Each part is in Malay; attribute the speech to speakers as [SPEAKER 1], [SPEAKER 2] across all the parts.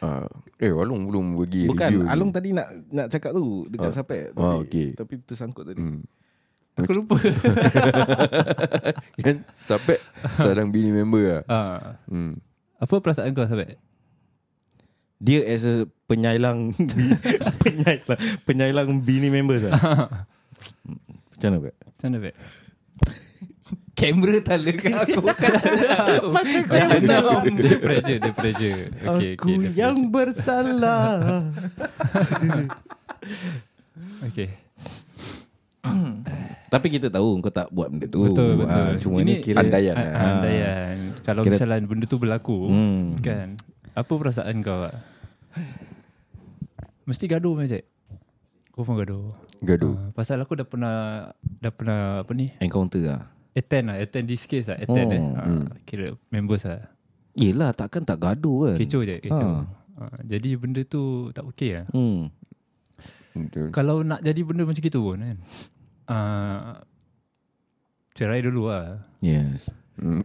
[SPEAKER 1] Uh, eh, Along belum bagi review
[SPEAKER 2] Bukan
[SPEAKER 1] ni.
[SPEAKER 2] Along tadi nak nak cakap tu dekat
[SPEAKER 1] Ah.
[SPEAKER 2] Sapek tapi,
[SPEAKER 1] Ah, okey.
[SPEAKER 2] tapi tersangkut tadi.
[SPEAKER 1] Hmm.
[SPEAKER 3] Aku lupa
[SPEAKER 1] Kan Sampai Sarang bini member lah
[SPEAKER 3] Ah.
[SPEAKER 1] hmm.
[SPEAKER 3] Apa perasaan kau Sabit?
[SPEAKER 2] Dia as a penyailang penyailang penyailang bini members lah. Macam mana Pak?
[SPEAKER 3] Macam mana Bek? Kamera tak lega aku Bukan Macam kau yang bersalah Dia pressure Dia pressure okay, okay, dia
[SPEAKER 2] bersalah.
[SPEAKER 3] pressure. Okay
[SPEAKER 2] Tapi kita tahu kau tak buat benda tu.
[SPEAKER 3] Betul betul
[SPEAKER 2] Ah, cuma ni kira
[SPEAKER 1] andaian
[SPEAKER 3] a-
[SPEAKER 1] lah.
[SPEAKER 3] Andaian Kalau
[SPEAKER 2] Kira-
[SPEAKER 3] misalnya benda tu berlaku
[SPEAKER 2] Hmm.
[SPEAKER 3] Kan Apa perasaan kau Pak? Mesti gaduh macam Cik Kau pun gaduh
[SPEAKER 1] Gaduh
[SPEAKER 3] Ah, Pasal aku dah pernah Dah pernah Apa ni
[SPEAKER 2] encounter lah.
[SPEAKER 3] Attend lah Attend this case lah Attend
[SPEAKER 2] Oh,
[SPEAKER 3] eh Ah, Kira members lah
[SPEAKER 2] Yelah takkan tak gaduh kan.
[SPEAKER 3] Kecoh je kecoh.
[SPEAKER 2] Ha.
[SPEAKER 3] Ha. Jadi benda tu tak okey lah.
[SPEAKER 2] Hmm.
[SPEAKER 1] Betul
[SPEAKER 3] Kalau nak jadi benda macam gitu pun kan. Uh, cerai dulu lah.
[SPEAKER 2] Yes.
[SPEAKER 1] hmm.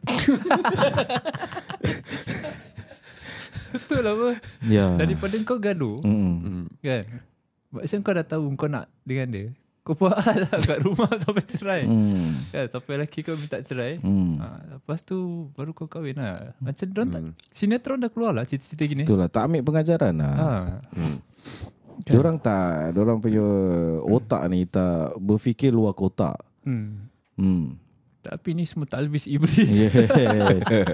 [SPEAKER 3] Betul lah apa.
[SPEAKER 2] Ya.
[SPEAKER 3] Daripada kau gaduh
[SPEAKER 2] Hmm.
[SPEAKER 3] kan. Macam kau dah tahu kau nak dengan dia. Kau buat hal lah kat rumah sampai cerai.
[SPEAKER 2] Hmm.
[SPEAKER 3] Kan, sampai lelaki kau minta cerai.
[SPEAKER 2] Hmm.
[SPEAKER 3] Ha, lepas tu baru kau kahwin lah. Macam hmm. tak, sinetron dah keluar lah cerita-cerita gini.
[SPEAKER 2] Itulah tak ambil pengajaran lah.
[SPEAKER 3] Ha. Kan.
[SPEAKER 2] Dia orang tak, dia orang punya otak ni tak berfikir luar kotak.
[SPEAKER 3] Hmm.
[SPEAKER 2] Hmm.
[SPEAKER 3] Tapi ni semua talbis iblis.
[SPEAKER 2] Ya, Yes.
[SPEAKER 1] Eh,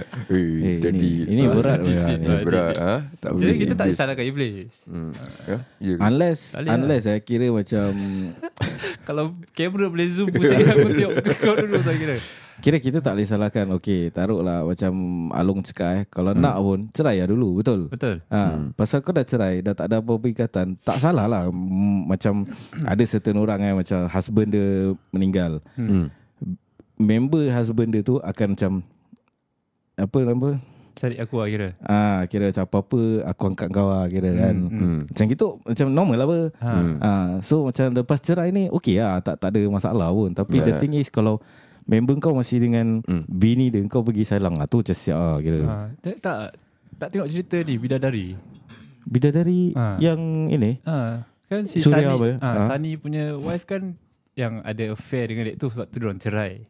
[SPEAKER 2] Eh,
[SPEAKER 1] jadi
[SPEAKER 2] ini, ini berat
[SPEAKER 3] Jadi-
[SPEAKER 2] ya,
[SPEAKER 3] Ah,
[SPEAKER 2] ni.
[SPEAKER 3] jadi-
[SPEAKER 1] Berat ha? Tak
[SPEAKER 3] Jadi
[SPEAKER 1] boleh
[SPEAKER 3] kita tak
[SPEAKER 1] Iblis.
[SPEAKER 3] salahkan iblis.
[SPEAKER 1] hmm. Ya Ya ke?
[SPEAKER 2] Ah, Unless
[SPEAKER 3] Tak boleh
[SPEAKER 2] unless saya kira macam
[SPEAKER 3] Kalau kamera boleh zoom Pusing aku tengok ke kau dulu tak kira
[SPEAKER 2] kira kita tak boleh salahkan. Okey, taruhlah macam Along cakap eh, kalau
[SPEAKER 3] Hmm.
[SPEAKER 2] nak pun cerai lah dulu, betul?
[SPEAKER 3] Betul
[SPEAKER 2] Ha,
[SPEAKER 3] Hmm.
[SPEAKER 2] Pasal kau dah cerai Dah tak ada apa-apa ikatan Tak salah lah M- Macam Ada certain orang kan Macam husband dia meninggal
[SPEAKER 1] hmm.
[SPEAKER 2] Member husband dia tu Akan macam Apa nama
[SPEAKER 3] Cari aku lah kira
[SPEAKER 2] Ah, Kira macam apa-apa Aku angkat kau lah Kira kan
[SPEAKER 1] Hmm.
[SPEAKER 2] Macam gitu Macam normal lah apa
[SPEAKER 3] ha.
[SPEAKER 1] Hmm.
[SPEAKER 2] Ah, So macam lepas cerai ni Okay lah Tak, tak ada masalah pun Tapi
[SPEAKER 1] Yeah.
[SPEAKER 2] the thing is Kalau Member kau masih dengan
[SPEAKER 1] Hmm.
[SPEAKER 2] Bini dia Kau pergi sayang lah Tu macam siap lah kira
[SPEAKER 1] Ah.
[SPEAKER 3] ha. Tak, tak Tak tengok cerita ni Bidadari
[SPEAKER 2] Bidadari
[SPEAKER 3] Ah.
[SPEAKER 2] Yang ini
[SPEAKER 3] ha. Kan si
[SPEAKER 2] Surya apa?
[SPEAKER 3] Sunny ha,
[SPEAKER 2] Ha.
[SPEAKER 3] Sunny punya wife kan Yang ada affair dengan dia tu Sebab tu diorang cerai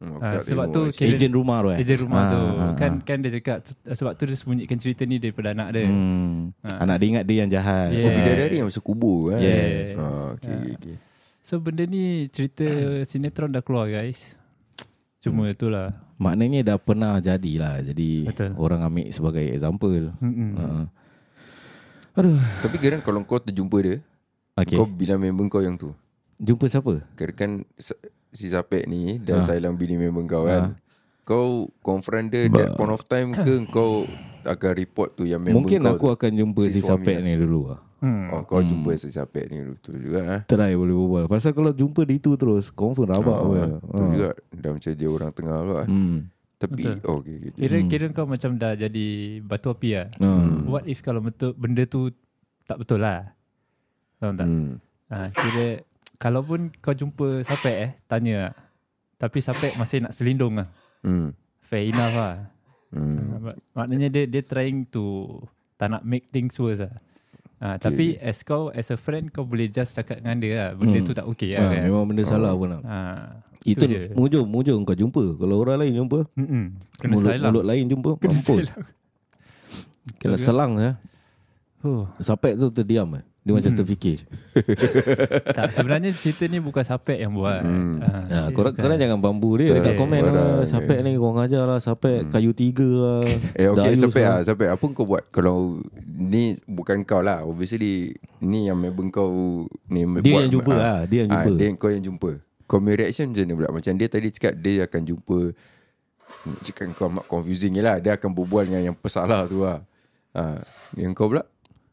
[SPEAKER 1] Hmm, aku
[SPEAKER 3] Ah,
[SPEAKER 1] tak
[SPEAKER 3] sebab
[SPEAKER 1] tengok
[SPEAKER 3] tu
[SPEAKER 1] lah.
[SPEAKER 3] kira-
[SPEAKER 2] Ejen rumah tu eh
[SPEAKER 3] Ejen rumah
[SPEAKER 2] Ah,
[SPEAKER 3] tu
[SPEAKER 2] ah,
[SPEAKER 3] Kan
[SPEAKER 2] ah.
[SPEAKER 3] kan dia cakap tu- Sebab tu dia sembunyikan cerita ni Daripada anak dia
[SPEAKER 2] Hmm.
[SPEAKER 3] Ha.
[SPEAKER 2] Anak dia ingat dia yang jahat.
[SPEAKER 1] Ah.
[SPEAKER 3] Yeah.
[SPEAKER 1] Oh bidadari yang masuk kubur kan
[SPEAKER 3] Yes.
[SPEAKER 1] Ah, okay, okay, okay.
[SPEAKER 3] So benda ni Cerita sinetron dah keluar guys
[SPEAKER 2] Hmm.
[SPEAKER 3] Cuma itulah
[SPEAKER 2] Maknanya dah pernah jadi lah. Jadi
[SPEAKER 3] Betul.
[SPEAKER 2] orang ambil sebagai example.
[SPEAKER 3] Mm-mm.
[SPEAKER 1] Hmm.
[SPEAKER 2] Uh,
[SPEAKER 1] Tapi kadang kalau kau terjumpa dia
[SPEAKER 2] Ah. okay.
[SPEAKER 1] Kau bilang member kau yang tu
[SPEAKER 2] jumpa siapa?
[SPEAKER 1] Kira kan sa- Si Sapek ni
[SPEAKER 2] Ha.
[SPEAKER 1] Dah sayang bini member kau kan Kau confront dia That point of time ke Kau akan report tu Yang member
[SPEAKER 2] Mungkin
[SPEAKER 1] kau
[SPEAKER 2] aku
[SPEAKER 1] tu?
[SPEAKER 2] akan jumpa
[SPEAKER 1] si
[SPEAKER 2] si,
[SPEAKER 1] suami
[SPEAKER 2] Sapek ni dulu lah.
[SPEAKER 3] hmm.
[SPEAKER 1] Oh, kau jumpa si Sapek ni Betul juga ha?
[SPEAKER 2] Try boleh berbual. Pasal kalau jumpa di tu terus, confirm rabak.
[SPEAKER 1] Ah,
[SPEAKER 2] Oh,
[SPEAKER 1] Betul juga Dah macam dia orang tengah lah
[SPEAKER 2] Hmm.
[SPEAKER 1] Tapi oh, okay, okay.
[SPEAKER 3] Kira kira kau macam dah jadi batu api lah.
[SPEAKER 2] Hmm.
[SPEAKER 3] What if kalau betul benda tu tak betul lah. Faham tak?
[SPEAKER 1] Hmm.
[SPEAKER 3] Ha, kira kalaupun kau jumpa sapek eh tanya lah. Tapi sapek masih nak selindung lah.
[SPEAKER 1] Hmm.
[SPEAKER 3] Fair enough lah.
[SPEAKER 1] Hmm.
[SPEAKER 3] Hmm. Maknanya dia dia trying to tak nak make things worse lah. Ha, okay. Tapi as kau as a friend kau boleh just cakap dengan dia lah. Benda hmm. tu tak okay
[SPEAKER 2] Ah,
[SPEAKER 3] lah kan.
[SPEAKER 2] Memang benda salah pun lah.
[SPEAKER 3] Ha,
[SPEAKER 2] Itu
[SPEAKER 3] je.
[SPEAKER 2] mujur, mujur kau jumpa. Kalau orang lain jumpa,
[SPEAKER 3] Mm-mm. Hmm, Kena
[SPEAKER 2] mulut,
[SPEAKER 3] salah.
[SPEAKER 2] mulut lain jumpa, mampus. Kena selang ya.
[SPEAKER 3] Huh.
[SPEAKER 2] Sapek tu terdiam eh. Dia macam terfikir.
[SPEAKER 3] tak sebenarnya cerita ni bukan sapek yang buat. Hmm.
[SPEAKER 2] Ha, korang, korang jangan bambu dia Dekat
[SPEAKER 1] Yes,
[SPEAKER 2] komen
[SPEAKER 1] korang,
[SPEAKER 2] lah
[SPEAKER 1] yes.
[SPEAKER 2] Sapek ni korang ajar lah Sapek kayu tiga lah
[SPEAKER 1] Eh okay
[SPEAKER 2] Dayus
[SPEAKER 1] sampai
[SPEAKER 2] lah.
[SPEAKER 1] ah sampai apa kau buat kalau ni bukan kau lah obviously ni yang member kau ni ah.
[SPEAKER 2] Dia yang jumpa lah, dia yang jumpa.
[SPEAKER 1] dia kau yang jumpa. Kau punya reaction macam mana pula? Macam dia tadi cakap dia akan jumpa Hmm, cakap kau amat confusing je lah dia akan berbual dengan yang pesalah tu lah. Ha, yang kau pula?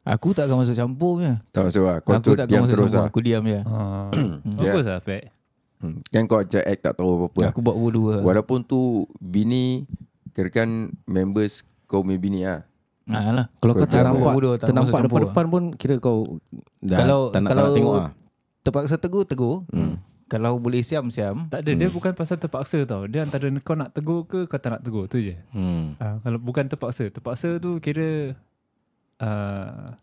[SPEAKER 4] Aku tak akan masuk campur punya.
[SPEAKER 1] Tak masuk lah. Kau tu
[SPEAKER 4] aku tak
[SPEAKER 1] diam terus
[SPEAKER 4] campur.
[SPEAKER 1] lah.
[SPEAKER 4] Aku diam je.
[SPEAKER 3] Ah, bagus lah Fek.
[SPEAKER 1] Hmm. Kan kau macam act tak tahu apa-apa. lah.
[SPEAKER 4] Aku buat bodoh lah.
[SPEAKER 1] Walaupun tu bini kirakan members kau punya bini lah.
[SPEAKER 4] Ha, lah.
[SPEAKER 2] Kalau kau
[SPEAKER 1] Kau tak
[SPEAKER 2] ternampak
[SPEAKER 4] bodoh, tak
[SPEAKER 2] Ternampak
[SPEAKER 4] masuk campur
[SPEAKER 2] depan-depan pun Kira kau dah,
[SPEAKER 4] Kalau
[SPEAKER 2] tak, nak,
[SPEAKER 4] kalau
[SPEAKER 2] tak nak tengok lah
[SPEAKER 4] Terpaksa tegur, tegur. Kalau boleh siam-siam.
[SPEAKER 3] Tak ada, hmm. dia bukan pasal terpaksa tau. Dia antara kau nak tegur ke kau tak nak tegur, tu je.
[SPEAKER 2] hmm.
[SPEAKER 3] Ah, kalau bukan terpaksa. Terpaksa tu kira uh,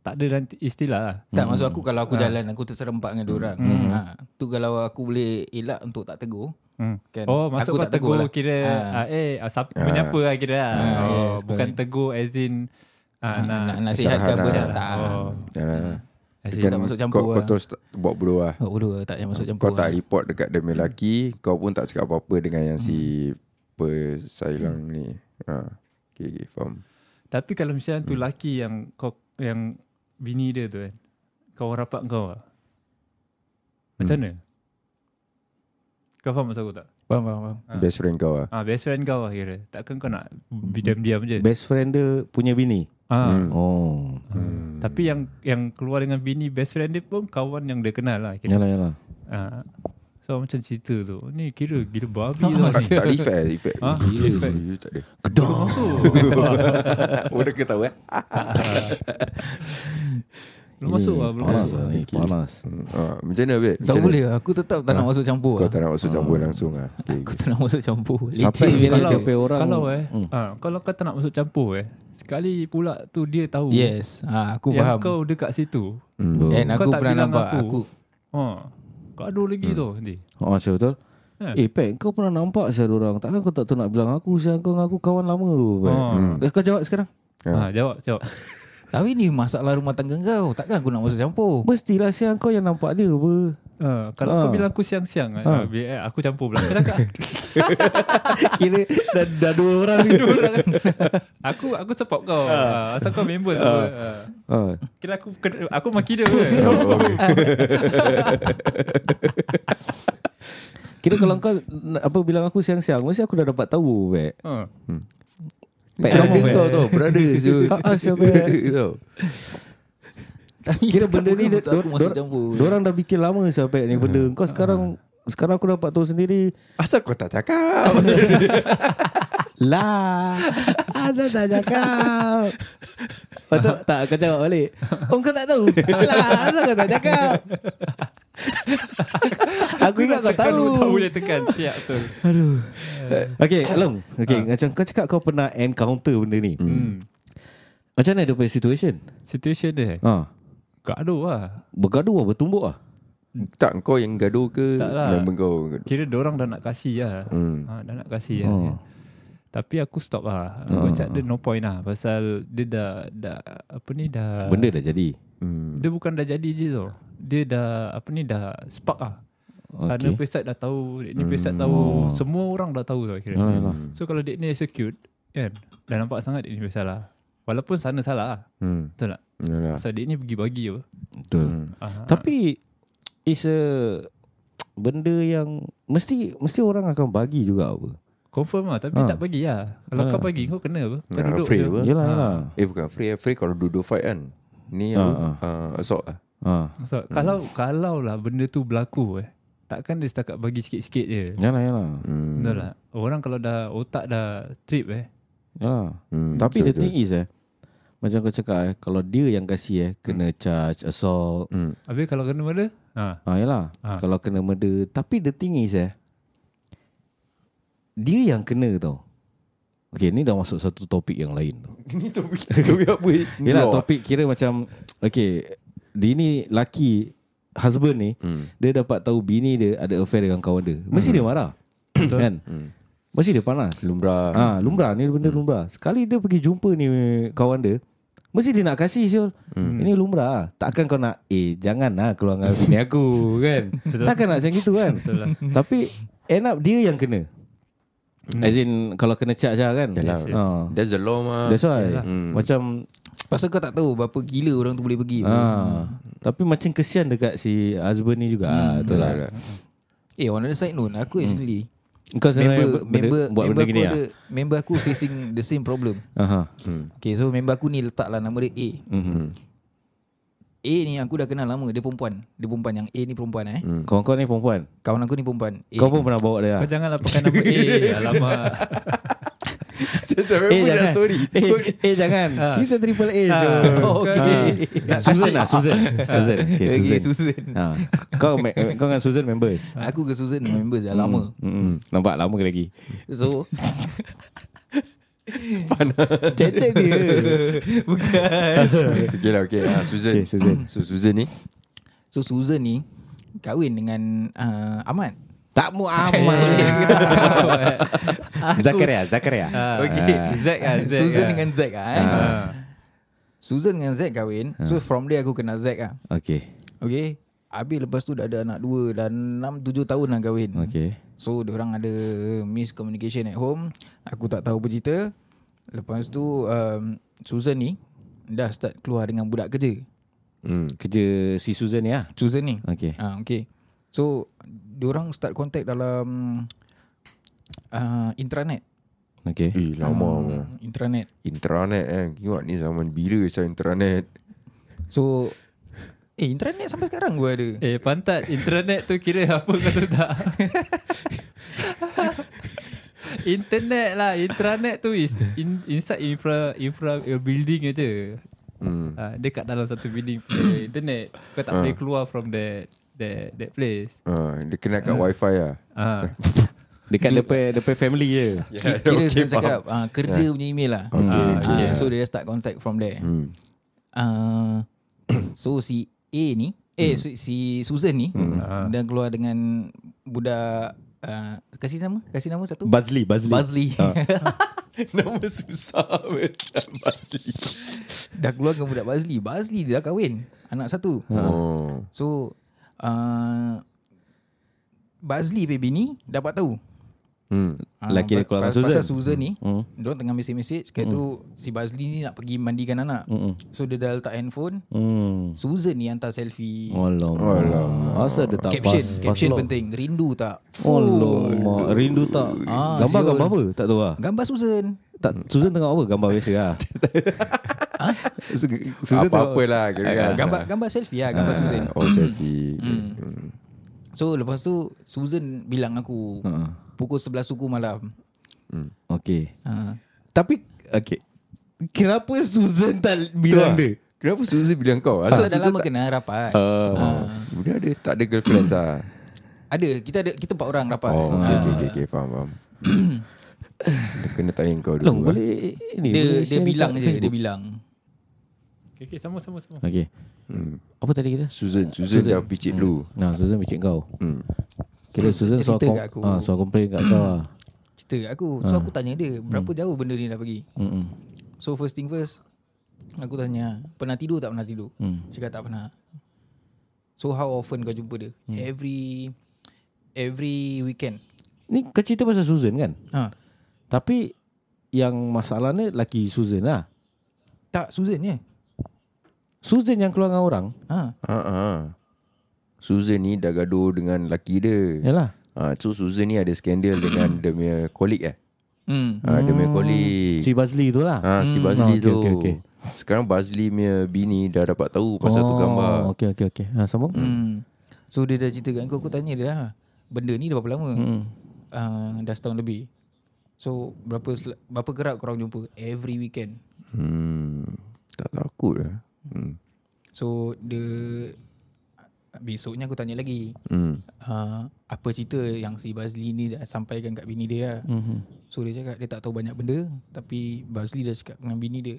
[SPEAKER 3] tak ada nanti istilah lah.
[SPEAKER 4] Tak hmm. maksud aku kalau aku jalan aku terserempak dengan diorang. Hmm. Ha. Tu kalau aku boleh elak untuk tak tegur.
[SPEAKER 3] Hmm.
[SPEAKER 4] Kan?
[SPEAKER 3] Oh, maksud
[SPEAKER 4] Aku
[SPEAKER 3] kau
[SPEAKER 4] tak tegur
[SPEAKER 3] tegur
[SPEAKER 4] lah.
[SPEAKER 3] kira
[SPEAKER 4] Ah.
[SPEAKER 3] ah. eh ah, sap, menyapa lah kira. Ah. oh,
[SPEAKER 4] yes,
[SPEAKER 3] bukan tegur as in ah,
[SPEAKER 4] Nak, nak
[SPEAKER 3] nak,
[SPEAKER 4] nasihat ke apa
[SPEAKER 1] Nasihat
[SPEAKER 4] tak. tak.
[SPEAKER 3] Oh,
[SPEAKER 1] Yalah.
[SPEAKER 3] I see.
[SPEAKER 1] Kan
[SPEAKER 4] tak masuk campur
[SPEAKER 1] kau, kau
[SPEAKER 4] lah.
[SPEAKER 1] terus tak- buat bodoh lah
[SPEAKER 4] Oh, bodoh tak payah masuk campur. lah.
[SPEAKER 1] Kau tak report dekat demi lelaki Kau pun tak cakap apa-apa Dengan yang si Pesailang ni ha. Okay, okay faham
[SPEAKER 3] Tapi kalau misalnya
[SPEAKER 4] Hmm.
[SPEAKER 3] tu laki yang kau yang bini dia tu kan. Kau orang rapat kau lah. Macam mana? Kau faham maksud aku tak?
[SPEAKER 4] Hmm. Faham, faham, faham.
[SPEAKER 1] Best friend kau lah
[SPEAKER 3] Ah, best friend kau lah kira. Takkan kau nak diam-diam je.
[SPEAKER 2] Best friend dia punya bini.
[SPEAKER 3] ah.
[SPEAKER 1] Hmm.
[SPEAKER 2] Oh.
[SPEAKER 3] Hmm. Tapi yang yang keluar dengan bini best friend dia pun kawan yang dia kenal lah kira.
[SPEAKER 2] Yalah yalah.
[SPEAKER 3] Ha. So macam cerita tu. Ni kira gila babi lah.
[SPEAKER 1] tak, tak ada effect, effect.
[SPEAKER 3] Ah, effect.
[SPEAKER 1] Tak ada
[SPEAKER 2] Kedah.
[SPEAKER 1] Oh dah ketawa eh
[SPEAKER 3] Belum masuk lah, belum
[SPEAKER 2] Panas
[SPEAKER 3] masuk.
[SPEAKER 2] lah
[SPEAKER 1] eh?
[SPEAKER 2] ni, panas.
[SPEAKER 1] ha, Macam mana Beb?
[SPEAKER 4] Tak
[SPEAKER 1] Macam
[SPEAKER 4] boleh lah. Aku tetap tak nak masuk campur
[SPEAKER 1] mana? Kau
[SPEAKER 4] lah.
[SPEAKER 1] tak nak masuk campur langsung lah okay.
[SPEAKER 4] Aku tak nak masuk campur.
[SPEAKER 2] Sampai
[SPEAKER 4] Licik
[SPEAKER 2] bila
[SPEAKER 4] bila
[SPEAKER 2] dia
[SPEAKER 4] dia.
[SPEAKER 2] pay orang.
[SPEAKER 3] Kalau eh, ah, kalau kau tak nak masuk campur eh, sekali pula tu dia tahu
[SPEAKER 4] Yes. Ha, aku
[SPEAKER 3] yang
[SPEAKER 4] faham.
[SPEAKER 3] kau dekat situ.
[SPEAKER 2] Hmm.
[SPEAKER 4] And
[SPEAKER 3] Kau
[SPEAKER 4] aku
[SPEAKER 3] tak
[SPEAKER 4] pernah
[SPEAKER 3] bilang
[SPEAKER 4] nampak
[SPEAKER 3] aku.
[SPEAKER 4] aku.
[SPEAKER 3] Ha. Gaduh lagi tu nanti.
[SPEAKER 2] Oh, saya betul.
[SPEAKER 3] Ha.
[SPEAKER 2] Eh, Pat, kau pernah nampak saya orang. Takkan kau tak pernah bilang aku saya kau dengan aku kawan lama tu, Pat.
[SPEAKER 3] Oh.
[SPEAKER 2] Eh, Kau jawab sekarang.
[SPEAKER 3] Ha, jawab, jawab.
[SPEAKER 4] Tapi ni masalah rumah tangga kau. Takkan aku nak masuk campur.
[SPEAKER 2] Mestilah siang kau yang nampak dia apa.
[SPEAKER 3] Ha, kalau kau bilang aku siang-siang, ha. eh, aku campur pula. Kau cakap,
[SPEAKER 2] Kira dah, dah kan. dua orang ni.
[SPEAKER 3] aku aku support kau. Ha, asal kau member tu. Ha.
[SPEAKER 2] ha.
[SPEAKER 3] Kira kan. aku kena- aku maki dia. ke?
[SPEAKER 2] Kira kalau kau na- apa bilang aku siang-siang, mesti aku dah dapat tahu, Pat.
[SPEAKER 3] Ha.
[SPEAKER 2] Pat
[SPEAKER 1] Brother
[SPEAKER 2] lama,
[SPEAKER 1] kau tau Brother
[SPEAKER 2] Ah, siapa, Pat?
[SPEAKER 1] tau.
[SPEAKER 4] Tapi
[SPEAKER 2] Kira
[SPEAKER 4] tak
[SPEAKER 2] benda ni
[SPEAKER 4] boleh
[SPEAKER 2] dia,
[SPEAKER 4] untuk aku masuk campur.
[SPEAKER 2] Orang dah bikin lama siapa ni benda.
[SPEAKER 1] Hmm.
[SPEAKER 2] Kau sekarang sekarang aku dapat tahu sendiri.
[SPEAKER 1] Asal kau tak cakap
[SPEAKER 2] Lah Azan tak cakap Lepas tu tak kau jawab balik Oh kau tak tahu Lah Azan kau tak cakap Aku ingat kau
[SPEAKER 3] Tekan
[SPEAKER 2] tahu
[SPEAKER 3] dulu, Tak boleh tekan Siap tu
[SPEAKER 2] Okay Long Okay macam kau cakap kau pernah encounter benda ni
[SPEAKER 3] hmm.
[SPEAKER 2] Macam mana dia punya situation
[SPEAKER 3] Situation dia
[SPEAKER 2] ha.
[SPEAKER 3] Gaduh lah
[SPEAKER 2] Bergaduh lah bertumbuk lah
[SPEAKER 1] Tak kau yang gaduh ke
[SPEAKER 3] Tak lah.
[SPEAKER 1] Memang kau
[SPEAKER 3] Kira orang dah nak kasih lah
[SPEAKER 1] Hmm.
[SPEAKER 3] ha, Dah nak kasih lah Tapi aku stop lah Aku cakap dia no point lah Pasal dia dah, dah Apa ni dah
[SPEAKER 2] Benda dah jadi
[SPEAKER 1] hmm.
[SPEAKER 3] Dia bukan dah jadi je tau Dia dah Apa ni dah Spark lah okay. Sana
[SPEAKER 2] Okay.
[SPEAKER 3] pesat dah tahu Dek ni pesat tahu Semua orang dah tahu tau kira
[SPEAKER 2] Yalah, yalah.
[SPEAKER 3] So kalau dek ni execute Kan Dah nampak sangat dek ni pesat lah Walaupun sana salah lah
[SPEAKER 1] Hmm.
[SPEAKER 3] Betul tak?
[SPEAKER 1] Yalah. Hmm.
[SPEAKER 3] Pasal dek ni pergi bagi apa
[SPEAKER 2] Betul
[SPEAKER 3] Ah,
[SPEAKER 2] Tapi It's a Benda yang Mesti Mesti orang akan bagi juga apa
[SPEAKER 3] Confirm lah Tapi
[SPEAKER 2] Ha.
[SPEAKER 3] tak bagi lah Kalau kau bagi kau kena apa Kau
[SPEAKER 1] Ah,
[SPEAKER 3] duduk
[SPEAKER 1] free
[SPEAKER 3] je
[SPEAKER 1] apa?
[SPEAKER 2] Yelah yelah
[SPEAKER 1] Eh bukan free eh. Free kalau duduk fight kan Ni apa
[SPEAKER 2] Ah,
[SPEAKER 1] uh, Assault lah
[SPEAKER 3] Ah.
[SPEAKER 2] ha.
[SPEAKER 3] so, Kalau Kalau lah benda tu berlaku eh Takkan dia setakat bagi sikit-sikit je
[SPEAKER 2] Yalah yalah
[SPEAKER 1] hmm.
[SPEAKER 3] Betul lah Orang kalau dah Otak dah trip eh
[SPEAKER 2] Yalah
[SPEAKER 1] Hmm,
[SPEAKER 2] Tapi
[SPEAKER 1] betul,
[SPEAKER 2] the thing is eh Macam kau cakap eh Kalau dia yang kasih eh Kena charge assault
[SPEAKER 1] hmm.
[SPEAKER 3] Habis kalau kena murder ha.
[SPEAKER 2] ha, Yalah
[SPEAKER 3] Ah.
[SPEAKER 2] Kalau kena murder Tapi the thing is eh Dia yang kena tau Okay ni dah masuk satu topik yang lain tau
[SPEAKER 1] Ni topik Topik apa
[SPEAKER 2] Yelah topik kira macam Okay Dia ni laki Husband ni
[SPEAKER 1] Hmm.
[SPEAKER 2] Dia dapat tahu bini dia Ada affair dengan kawan dia Mesti dia marah Kan
[SPEAKER 1] Hmm.
[SPEAKER 2] Mesti dia panas
[SPEAKER 1] Lumrah
[SPEAKER 2] Ah, lumrah ni benda lumrah. Sekali dia pergi jumpa ni kawan dia, mesti dia nak kasih Syul. Hmm. Ini lumrah. Takkan kau nak eh janganlah keluar dengan bini aku kan. Takkan nak macam gitu kan.
[SPEAKER 3] Betul lah
[SPEAKER 2] Tapi end up dia yang kena. As in kalau kena charge lah kan.
[SPEAKER 1] Yalah.
[SPEAKER 2] Ha.
[SPEAKER 1] That's the law mah
[SPEAKER 2] That's why
[SPEAKER 1] Hmm.
[SPEAKER 2] Macam
[SPEAKER 4] Pasal kau tak tahu berapa gila orang tu boleh pergi.
[SPEAKER 2] ah, Tapi macam kesian dekat si husband ni juga ah, Betul lah
[SPEAKER 1] Yalah.
[SPEAKER 4] Eh, on the side note, aku
[SPEAKER 2] Hmm.
[SPEAKER 4] actually
[SPEAKER 2] Kau sebenarnya benda-
[SPEAKER 4] member member
[SPEAKER 2] buat
[SPEAKER 4] member
[SPEAKER 2] benda
[SPEAKER 4] aku
[SPEAKER 2] gini lah
[SPEAKER 4] ada member aku facing the same problem.
[SPEAKER 2] Aha.
[SPEAKER 4] Okay, so member aku ni letaklah nama dia A.
[SPEAKER 2] Hmm.
[SPEAKER 4] A ni aku dah kenal lama, dia perempuan. Dia perempuan yang A ni perempuan eh.
[SPEAKER 2] Hmm. Kawan-kawan ni perempuan
[SPEAKER 4] Kawan aku ni perempuan. A.
[SPEAKER 2] Kau pun pernah bawa dia lah
[SPEAKER 3] Kau janganlah pakai nama A Alamak
[SPEAKER 1] Sampai pun dah story
[SPEAKER 2] Eh, eh jangan. Kita triple A je. Ha.
[SPEAKER 4] Oh, okay.
[SPEAKER 2] Ah. Susan lah, Susan. Susan. Okay,
[SPEAKER 4] Okay,
[SPEAKER 2] Susan.
[SPEAKER 4] Susan.
[SPEAKER 2] Ha. Kau, me- eh, kau dengan Susan members. Hmm.
[SPEAKER 4] Aku ke Susan member dah lama.
[SPEAKER 2] Mm-mm. Nampak lama lagi.
[SPEAKER 4] So
[SPEAKER 2] Cek-cek dia
[SPEAKER 1] Okay lah okay ha, Susan.
[SPEAKER 2] Okay, Susan.
[SPEAKER 1] So Susan ni eh,
[SPEAKER 4] So Susan ni Kahwin dengan uh, Ahmad
[SPEAKER 2] Tak
[SPEAKER 3] Eh.
[SPEAKER 2] mu'amah Zakaria Zakaria
[SPEAKER 4] Ha,
[SPEAKER 2] Ha.
[SPEAKER 3] Okay Zack lah Zack Ah.
[SPEAKER 4] Susan
[SPEAKER 3] lah.
[SPEAKER 4] dengan Zack lah eh. Susan dengan Zack kahwin
[SPEAKER 3] Ah.
[SPEAKER 4] So from there aku kenal Zack lah
[SPEAKER 2] Okay
[SPEAKER 4] Okay Habis lepas tu dah ada anak dua Dah 6-7 tahun lah kahwin
[SPEAKER 2] Okay
[SPEAKER 4] So orang ada miscommunication at home Aku tak tahu apa cerita Lepas tu um, Susan ni Dah start keluar dengan budak kerja
[SPEAKER 1] hmm.
[SPEAKER 2] Kerja si Susan ni lah
[SPEAKER 4] Susan ni
[SPEAKER 2] Okay
[SPEAKER 4] Ah, okay. So diorang start contact dalam uh, intranet.
[SPEAKER 2] Okay
[SPEAKER 1] Eh lama uh.
[SPEAKER 4] Ah, intranet.
[SPEAKER 1] Intranet kan Tengok ni zaman bila saya intranet
[SPEAKER 4] So eh intranet sampai sekarang gua ada.
[SPEAKER 3] Eh pantat Internet tu kira apa kau tu tak Internet lah Intranet tu is in, Inside infra Infra uh, building aja
[SPEAKER 1] hmm.
[SPEAKER 3] uh, Dia kat dalam satu building punya Internet Kau tak boleh keluar from that That, that place
[SPEAKER 1] uh, Dia kena kat wifi lah
[SPEAKER 3] Ah,
[SPEAKER 2] Dekat depan depan family je
[SPEAKER 1] Ya,
[SPEAKER 4] Kira okay, dia cakap uh, kerja punya email lah.
[SPEAKER 1] Okay,
[SPEAKER 4] Ah,
[SPEAKER 1] okay.
[SPEAKER 4] ah, so dia dah start contact from there.
[SPEAKER 1] hmm.
[SPEAKER 4] Uh, so si A ni
[SPEAKER 1] Hmm.
[SPEAKER 4] eh si, si Susan ni
[SPEAKER 3] Ah.
[SPEAKER 4] dah keluar dengan budak uh, kasih nama kasih nama satu
[SPEAKER 2] Bazli Bazli
[SPEAKER 4] Bazli.
[SPEAKER 1] Ah. Nama susah Macam Basli
[SPEAKER 4] dah keluar dengan budak Bazli. Bazli dia dah kahwin. Anak satu.
[SPEAKER 2] Ah.
[SPEAKER 1] Oh
[SPEAKER 4] So uh, Bazli baby ni dapat tahu.
[SPEAKER 1] hmm.
[SPEAKER 4] Ah,
[SPEAKER 2] Lelaki dia
[SPEAKER 4] pa-
[SPEAKER 2] keluar dengan
[SPEAKER 4] pas- Pasal
[SPEAKER 2] Susan.
[SPEAKER 4] Susan ni,
[SPEAKER 2] Hmm.
[SPEAKER 4] hmm. diorang tengah mesej-mesej, sekali tu si Bazli ni nak pergi mandikan anak.
[SPEAKER 2] Mm-mm.
[SPEAKER 4] So dia dah letak handphone,
[SPEAKER 2] Hmm
[SPEAKER 4] Susan ni hantar selfie.
[SPEAKER 2] Alamak Asal dia Oh, tak
[SPEAKER 4] caption,
[SPEAKER 2] pas- Oh,
[SPEAKER 4] caption
[SPEAKER 2] pas-
[SPEAKER 4] penting. Rindu tak?
[SPEAKER 2] Alamak Rindu tak
[SPEAKER 4] Ah,
[SPEAKER 2] Gambar
[SPEAKER 4] Zion.
[SPEAKER 2] gambar apa Tak tahu lah
[SPEAKER 4] Gambar Susan.
[SPEAKER 2] tak, Susan tengah apa Gambar biasa lah Susan
[SPEAKER 1] Apa-apa
[SPEAKER 2] tengok- Ah,
[SPEAKER 1] lah kira kan.
[SPEAKER 4] Ah, Gambar gambar selfie lah,
[SPEAKER 2] Ya.
[SPEAKER 4] gambar Susan.
[SPEAKER 1] Ah, Oh selfie hmm.
[SPEAKER 4] So lepas tu Susan bilang aku
[SPEAKER 2] Ha.
[SPEAKER 4] pukul 11 suku malam.
[SPEAKER 2] Okay
[SPEAKER 4] Ha.
[SPEAKER 2] Tapi Okay Kenapa Susan tak bilang dia
[SPEAKER 1] Kenapa Susan bilang kau
[SPEAKER 2] Ah,
[SPEAKER 1] Asal
[SPEAKER 4] Pasal dah
[SPEAKER 1] Susan
[SPEAKER 4] lama kenal rapat.
[SPEAKER 2] Ha.
[SPEAKER 1] Oh. Dia ada tak ada girlfriend lah
[SPEAKER 4] Ada, kita ada kita empat orang rapat.
[SPEAKER 1] Oh
[SPEAKER 4] Ah.
[SPEAKER 1] okay, okay, okay, okay Faham faham Dia kena tanya kau dulu
[SPEAKER 2] Long
[SPEAKER 1] eh.
[SPEAKER 2] boleh ni,
[SPEAKER 4] Dia
[SPEAKER 2] boleh
[SPEAKER 4] dia
[SPEAKER 2] share
[SPEAKER 4] bilang
[SPEAKER 2] dekat
[SPEAKER 4] je, dia
[SPEAKER 2] Facebook?
[SPEAKER 4] bilang.
[SPEAKER 3] okay, okay, sama sama sama.
[SPEAKER 2] Okay Apa tadi kita
[SPEAKER 1] Susan Susan dah picit
[SPEAKER 4] Hmm.
[SPEAKER 1] dulu
[SPEAKER 2] Hmm. Nah Susan picit kau
[SPEAKER 1] hmm.
[SPEAKER 2] Kira Susan
[SPEAKER 4] cerita
[SPEAKER 2] soal, kom-
[SPEAKER 4] kat aku.
[SPEAKER 2] ah, soal komplain kat kau lah
[SPEAKER 4] Cerita kat aku So aku tanya dia Berapa jauh benda ni dah pergi
[SPEAKER 2] Ah. Hmm. Mm-mm.
[SPEAKER 4] So first thing first Aku tanya Pernah tidur tak pernah tidur
[SPEAKER 2] Hmm.
[SPEAKER 4] Cakap tak pernah So how often kau jumpa dia
[SPEAKER 2] Hmm.
[SPEAKER 4] Every Every weekend
[SPEAKER 2] Ni kau cerita pasal Susan kan
[SPEAKER 4] ha.
[SPEAKER 2] Tapi Yang masalahnya Laki Susan lah
[SPEAKER 4] Tak Susan je
[SPEAKER 2] Susan yang keluar dengan orang
[SPEAKER 4] ha.
[SPEAKER 1] Ha ah. Susan ni dah gaduh dengan laki dia.
[SPEAKER 2] Yalah
[SPEAKER 1] Ha, so Susan ni ada skandal dengan dia punya colleague eh.
[SPEAKER 4] hmm.
[SPEAKER 1] Ha, dia punya colleague.
[SPEAKER 2] Si Bazli tu lah
[SPEAKER 1] ha, si
[SPEAKER 2] Ah,
[SPEAKER 1] Bazli
[SPEAKER 2] okay,
[SPEAKER 1] tu.
[SPEAKER 2] okay, okay.
[SPEAKER 1] Sekarang Bazli punya bini dah dapat tahu pasal tu
[SPEAKER 2] Oh.
[SPEAKER 1] gambar.
[SPEAKER 2] Okay okay okay ha, Sambung
[SPEAKER 4] Hmm. So dia dah cerita kat aku Aku tanya dia lah Benda ni dah berapa lama hmm. uh, Dah setahun lebih So berapa sel- berapa kerap korang jumpa Every weekend
[SPEAKER 1] Hmm. Tak takut lah. Hmm.
[SPEAKER 4] So dia Besoknya aku tanya lagi
[SPEAKER 1] Hmm.
[SPEAKER 4] uh, apa cerita yang si Bazli ni dah sampaikan kat bini dia lah. Mm-hmm. So dia cakap dia tak tahu banyak benda tapi Bazli dah cakap dengan bini dia.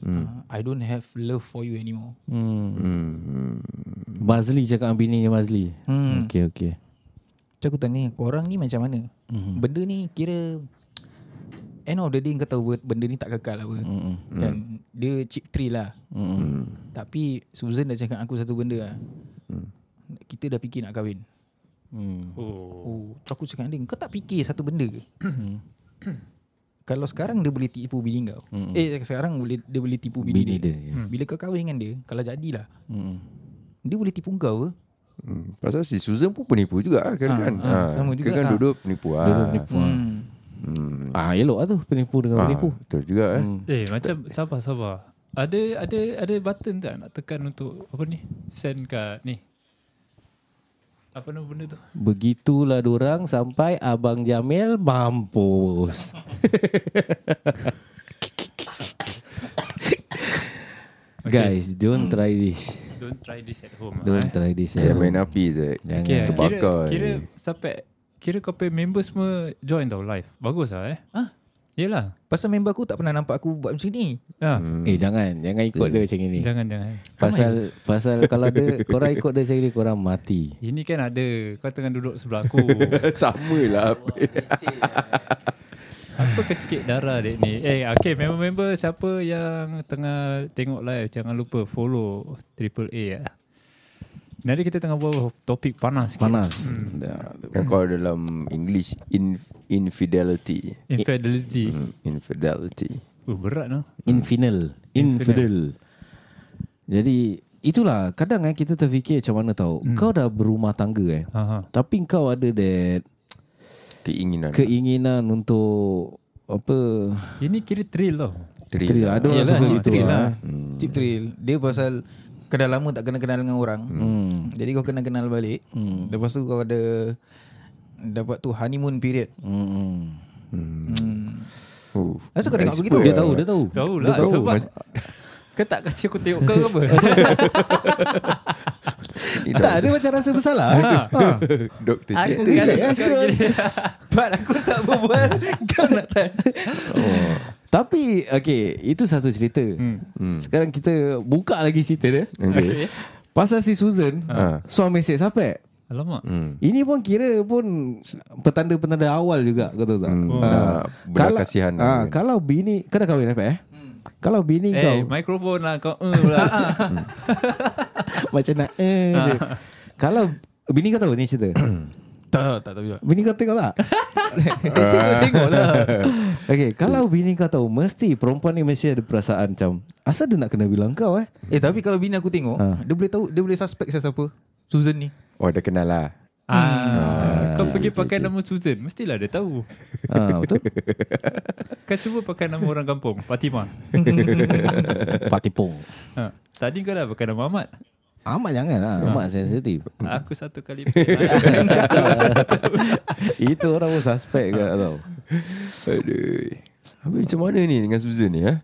[SPEAKER 4] Mm. Uh, I don't have love for you anymore.
[SPEAKER 2] hmm.
[SPEAKER 1] Hmm.
[SPEAKER 2] Bazli cakap dengan bininya Bazli
[SPEAKER 4] Hmm.
[SPEAKER 2] Okay okay
[SPEAKER 4] So aku tanya korang ni macam mana? Mm-hmm. Benda ni kira end of the day kau tahu benda ni tak kekal apa. Mm-hmm. Kan dia cheap thrill lah. Mm-hmm. Tapi Susan dah cakap aku satu benda lah. Mm. Kita dah fikir nak kahwin.
[SPEAKER 2] hmm.
[SPEAKER 3] Oh.
[SPEAKER 4] Oh, Hmm. tu aku cakap dengan dia, kau tak fikir satu benda ke? Kalau sekarang dia boleh tipu bini kau. Eh, sekarang boleh dia boleh tipu bini,
[SPEAKER 2] Bini
[SPEAKER 4] dia. Hmm.
[SPEAKER 2] dia, ya.
[SPEAKER 4] Bila kau kahwin dengan dia, kalau jadilah,
[SPEAKER 2] Hmm.
[SPEAKER 4] dia boleh tipu kau ke?
[SPEAKER 1] Hmm. Pasal si Susan pun penipu juga lah kan. Ha, kan?
[SPEAKER 4] ha,
[SPEAKER 1] Ha,
[SPEAKER 4] sama juga
[SPEAKER 1] kan
[SPEAKER 4] lah.
[SPEAKER 1] duduk penipu lah.
[SPEAKER 2] Duduk penipu hmm.
[SPEAKER 4] Hmm.
[SPEAKER 1] Hmm.
[SPEAKER 2] Ah, elok lah tu Penipu dengan
[SPEAKER 1] Ha,
[SPEAKER 2] penipu
[SPEAKER 1] betul juga eh.
[SPEAKER 4] Hmm.
[SPEAKER 3] Eh macam sabar sabar. Ada ada ada button tak nak tekan untuk apa ni? Send kat ni. Apa nama benda tu?
[SPEAKER 2] Begitulah dorang sampai Abang Jamil mampus. Guys, don't try this.
[SPEAKER 3] Don't try this at home.
[SPEAKER 2] Don't try this.
[SPEAKER 1] Jangan
[SPEAKER 2] ya. Yeah,
[SPEAKER 1] main api Zek.
[SPEAKER 2] Jangan.
[SPEAKER 3] Okay, kira,
[SPEAKER 1] Terbakar
[SPEAKER 3] kira
[SPEAKER 1] ni.
[SPEAKER 3] sampai kira kau punya member semua join tau live. Bagus lah eh.
[SPEAKER 4] Ah.
[SPEAKER 3] Yelah
[SPEAKER 4] Pasal member aku tak pernah nampak aku buat macam ni
[SPEAKER 3] ha,
[SPEAKER 2] Eh jangan Jangan ikut dia macam ni
[SPEAKER 3] Jangan jangan
[SPEAKER 2] Pasal Pasal kalau dia Korang ikut dia macam ni Korang mati
[SPEAKER 3] Ini kan ada Kau tengah duduk sebelah aku
[SPEAKER 1] Sama lah
[SPEAKER 3] Apa kecekik darah dek ni Eh okay member-member Siapa yang tengah tengok live Jangan lupa follow Triple A ya. Nanti kita tengah buat topik panas sikit.
[SPEAKER 2] Panas
[SPEAKER 1] Kan kau dalam English in, Infidelity
[SPEAKER 3] Infidelity
[SPEAKER 1] Hmm, Infidelity
[SPEAKER 3] Oh berat no
[SPEAKER 2] Infidel Infidel Jadi Itulah Kadang eh, kita terfikir macam mana tau Kau dah berumah tangga eh
[SPEAKER 3] Aha.
[SPEAKER 2] Tapi kau ada that
[SPEAKER 1] Keinginan
[SPEAKER 2] Keinginan untuk Apa
[SPEAKER 3] Ini kira thrill tau
[SPEAKER 1] Thrill
[SPEAKER 2] Thrill
[SPEAKER 1] lah.
[SPEAKER 2] Ada orang
[SPEAKER 4] Yelah,
[SPEAKER 2] suka
[SPEAKER 4] cheap
[SPEAKER 2] gitu
[SPEAKER 4] thrill
[SPEAKER 2] lah
[SPEAKER 4] lah. Cheap thrill. Dia pasal kedal lama tak kena kenal dengan orang.
[SPEAKER 2] Hmm.
[SPEAKER 4] Jadi kau kena kenal balik. Lepas tu kau ada dapat tu honeymoon period.
[SPEAKER 2] Hmm, hmm.
[SPEAKER 4] Hmm.
[SPEAKER 1] Oh.
[SPEAKER 4] Asal kau tengok begitu?
[SPEAKER 2] Dia tahu Dia tahu
[SPEAKER 3] Tahu lah
[SPEAKER 1] tahu,
[SPEAKER 3] sebab
[SPEAKER 1] mas-
[SPEAKER 3] Kau tak kasi aku tengok kau ke apa
[SPEAKER 2] Tak dia macam rasa bersalah Ha.
[SPEAKER 1] Doktor J
[SPEAKER 3] Aku kasi kau gini
[SPEAKER 4] But aku tak berbual. kau nak tak.
[SPEAKER 2] oh. Tapi Okay Itu satu cerita Hmm. Sekarang kita Buka lagi cerita dia
[SPEAKER 1] Okay.
[SPEAKER 2] Pasal si Susan ha. Suami si Sapek
[SPEAKER 3] Alamak
[SPEAKER 1] Hmm.
[SPEAKER 2] Ini pun kira pun Petanda-petanda awal juga Kau tahu tak
[SPEAKER 1] Hmm. Dah belah kasihan
[SPEAKER 2] ha,
[SPEAKER 1] kan.
[SPEAKER 2] Kalau bini Kau dah kahwin apa eh Kalau bini
[SPEAKER 3] Eh
[SPEAKER 2] kau
[SPEAKER 3] hey, mikrofon lah kau eh,
[SPEAKER 4] Ah,
[SPEAKER 3] pula.
[SPEAKER 2] Macam nak eh, je. Kalau Bini kau tahu ni cerita
[SPEAKER 4] Tak, tak tahu.
[SPEAKER 2] Bini kau tengok tak
[SPEAKER 4] Tengok lah.
[SPEAKER 2] Okay Kalau bini kau tahu Mesti perempuan ni Mesti ada perasaan macam Asal dia nak kena bilang kau eh
[SPEAKER 4] Eh tapi kalau bini aku tengok, dia boleh tahu, dia boleh suspect saya siapa. Susan ni.
[SPEAKER 1] Oh dah kenal lah Hmm.
[SPEAKER 3] Ah, kau pergi pakai nama Susan Mestilah dia tahu
[SPEAKER 2] ha, Betul
[SPEAKER 3] Kau cuba pakai nama orang kampung Fatimah
[SPEAKER 2] Patipong
[SPEAKER 3] ha. Tadi kau dah pakai nama Ahmad
[SPEAKER 2] Amat jangan lah Amat sensitif
[SPEAKER 1] Hmm.
[SPEAKER 3] Aku satu kali pakai
[SPEAKER 2] Itu orang pun suspect kau tau
[SPEAKER 1] Aduh Habis macam mana ni Dengan Susan ni ha?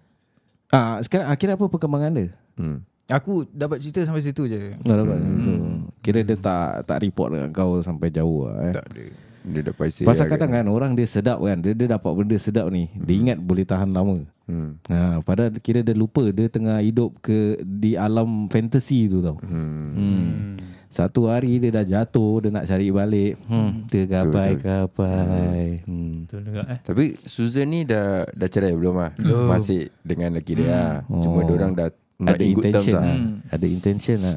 [SPEAKER 2] Ah, sekarang akhirnya apa perkembangan dia?
[SPEAKER 1] Hmm.
[SPEAKER 4] Aku dapat cerita sampai situ je.
[SPEAKER 2] Dah dapat. Hmm. Kira dia tak tak report dengan kau sampai jauh lah, eh.
[SPEAKER 4] Tak ada.
[SPEAKER 1] Dia dah paisi
[SPEAKER 2] Pasal kadang kan orang dia sedap kan Dia, dia dapat benda sedap ni Dia ingat boleh tahan lama
[SPEAKER 1] hmm.
[SPEAKER 2] ha, Padahal kira dia lupa Dia tengah hidup ke Di alam fantasy tu tau hmm. Satu hari dia dah jatuh Dia nak cari balik hmm. Tergapai-gapai hmm.
[SPEAKER 3] Betul juga eh
[SPEAKER 1] Tapi Susan ni dah dah cerai belum ah? Masih dengan lelaki dia. lah. Cuma dia orang dah nak
[SPEAKER 2] Ada
[SPEAKER 1] in good terms
[SPEAKER 2] intention
[SPEAKER 1] lah. Hmm.
[SPEAKER 2] lah
[SPEAKER 3] Hmm.
[SPEAKER 2] Ada intention lah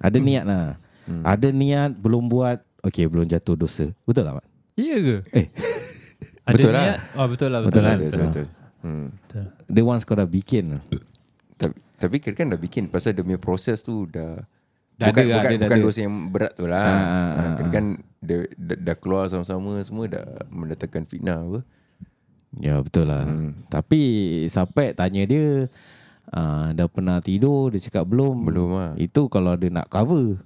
[SPEAKER 2] Ada niat lah Ada niat belum buat Okay belum jatuh dosa Betul lah Mat?
[SPEAKER 3] Iya ke?
[SPEAKER 2] Eh.
[SPEAKER 3] Ada
[SPEAKER 1] Betul lah.
[SPEAKER 3] niat? Oh, betul lah Betul, lah
[SPEAKER 1] Betul,
[SPEAKER 3] Betul,
[SPEAKER 1] betul,
[SPEAKER 3] lah.
[SPEAKER 1] betul. Hmm.
[SPEAKER 3] betul.
[SPEAKER 2] kan? Dia once kau dah bikin
[SPEAKER 1] Tapi, tapi kira kan dah bikin pasal dia punya proses tu dah
[SPEAKER 2] Dah
[SPEAKER 1] bukan
[SPEAKER 2] ada lah,
[SPEAKER 1] bukan,
[SPEAKER 2] dia dah
[SPEAKER 1] bukan
[SPEAKER 2] ada.
[SPEAKER 1] dosa yang berat tu lah.
[SPEAKER 2] Ah,
[SPEAKER 1] Ha,
[SPEAKER 2] ah, ah,
[SPEAKER 1] kira kan dia dah, dah keluar sama-sama semua dah mendatangkan fitnah apa.
[SPEAKER 2] Ya betul lah hmm. Tapi Sapek tanya dia uh, Dah pernah tidur Dia cakap belum
[SPEAKER 1] Belum lah.
[SPEAKER 2] Itu kalau dia nak cover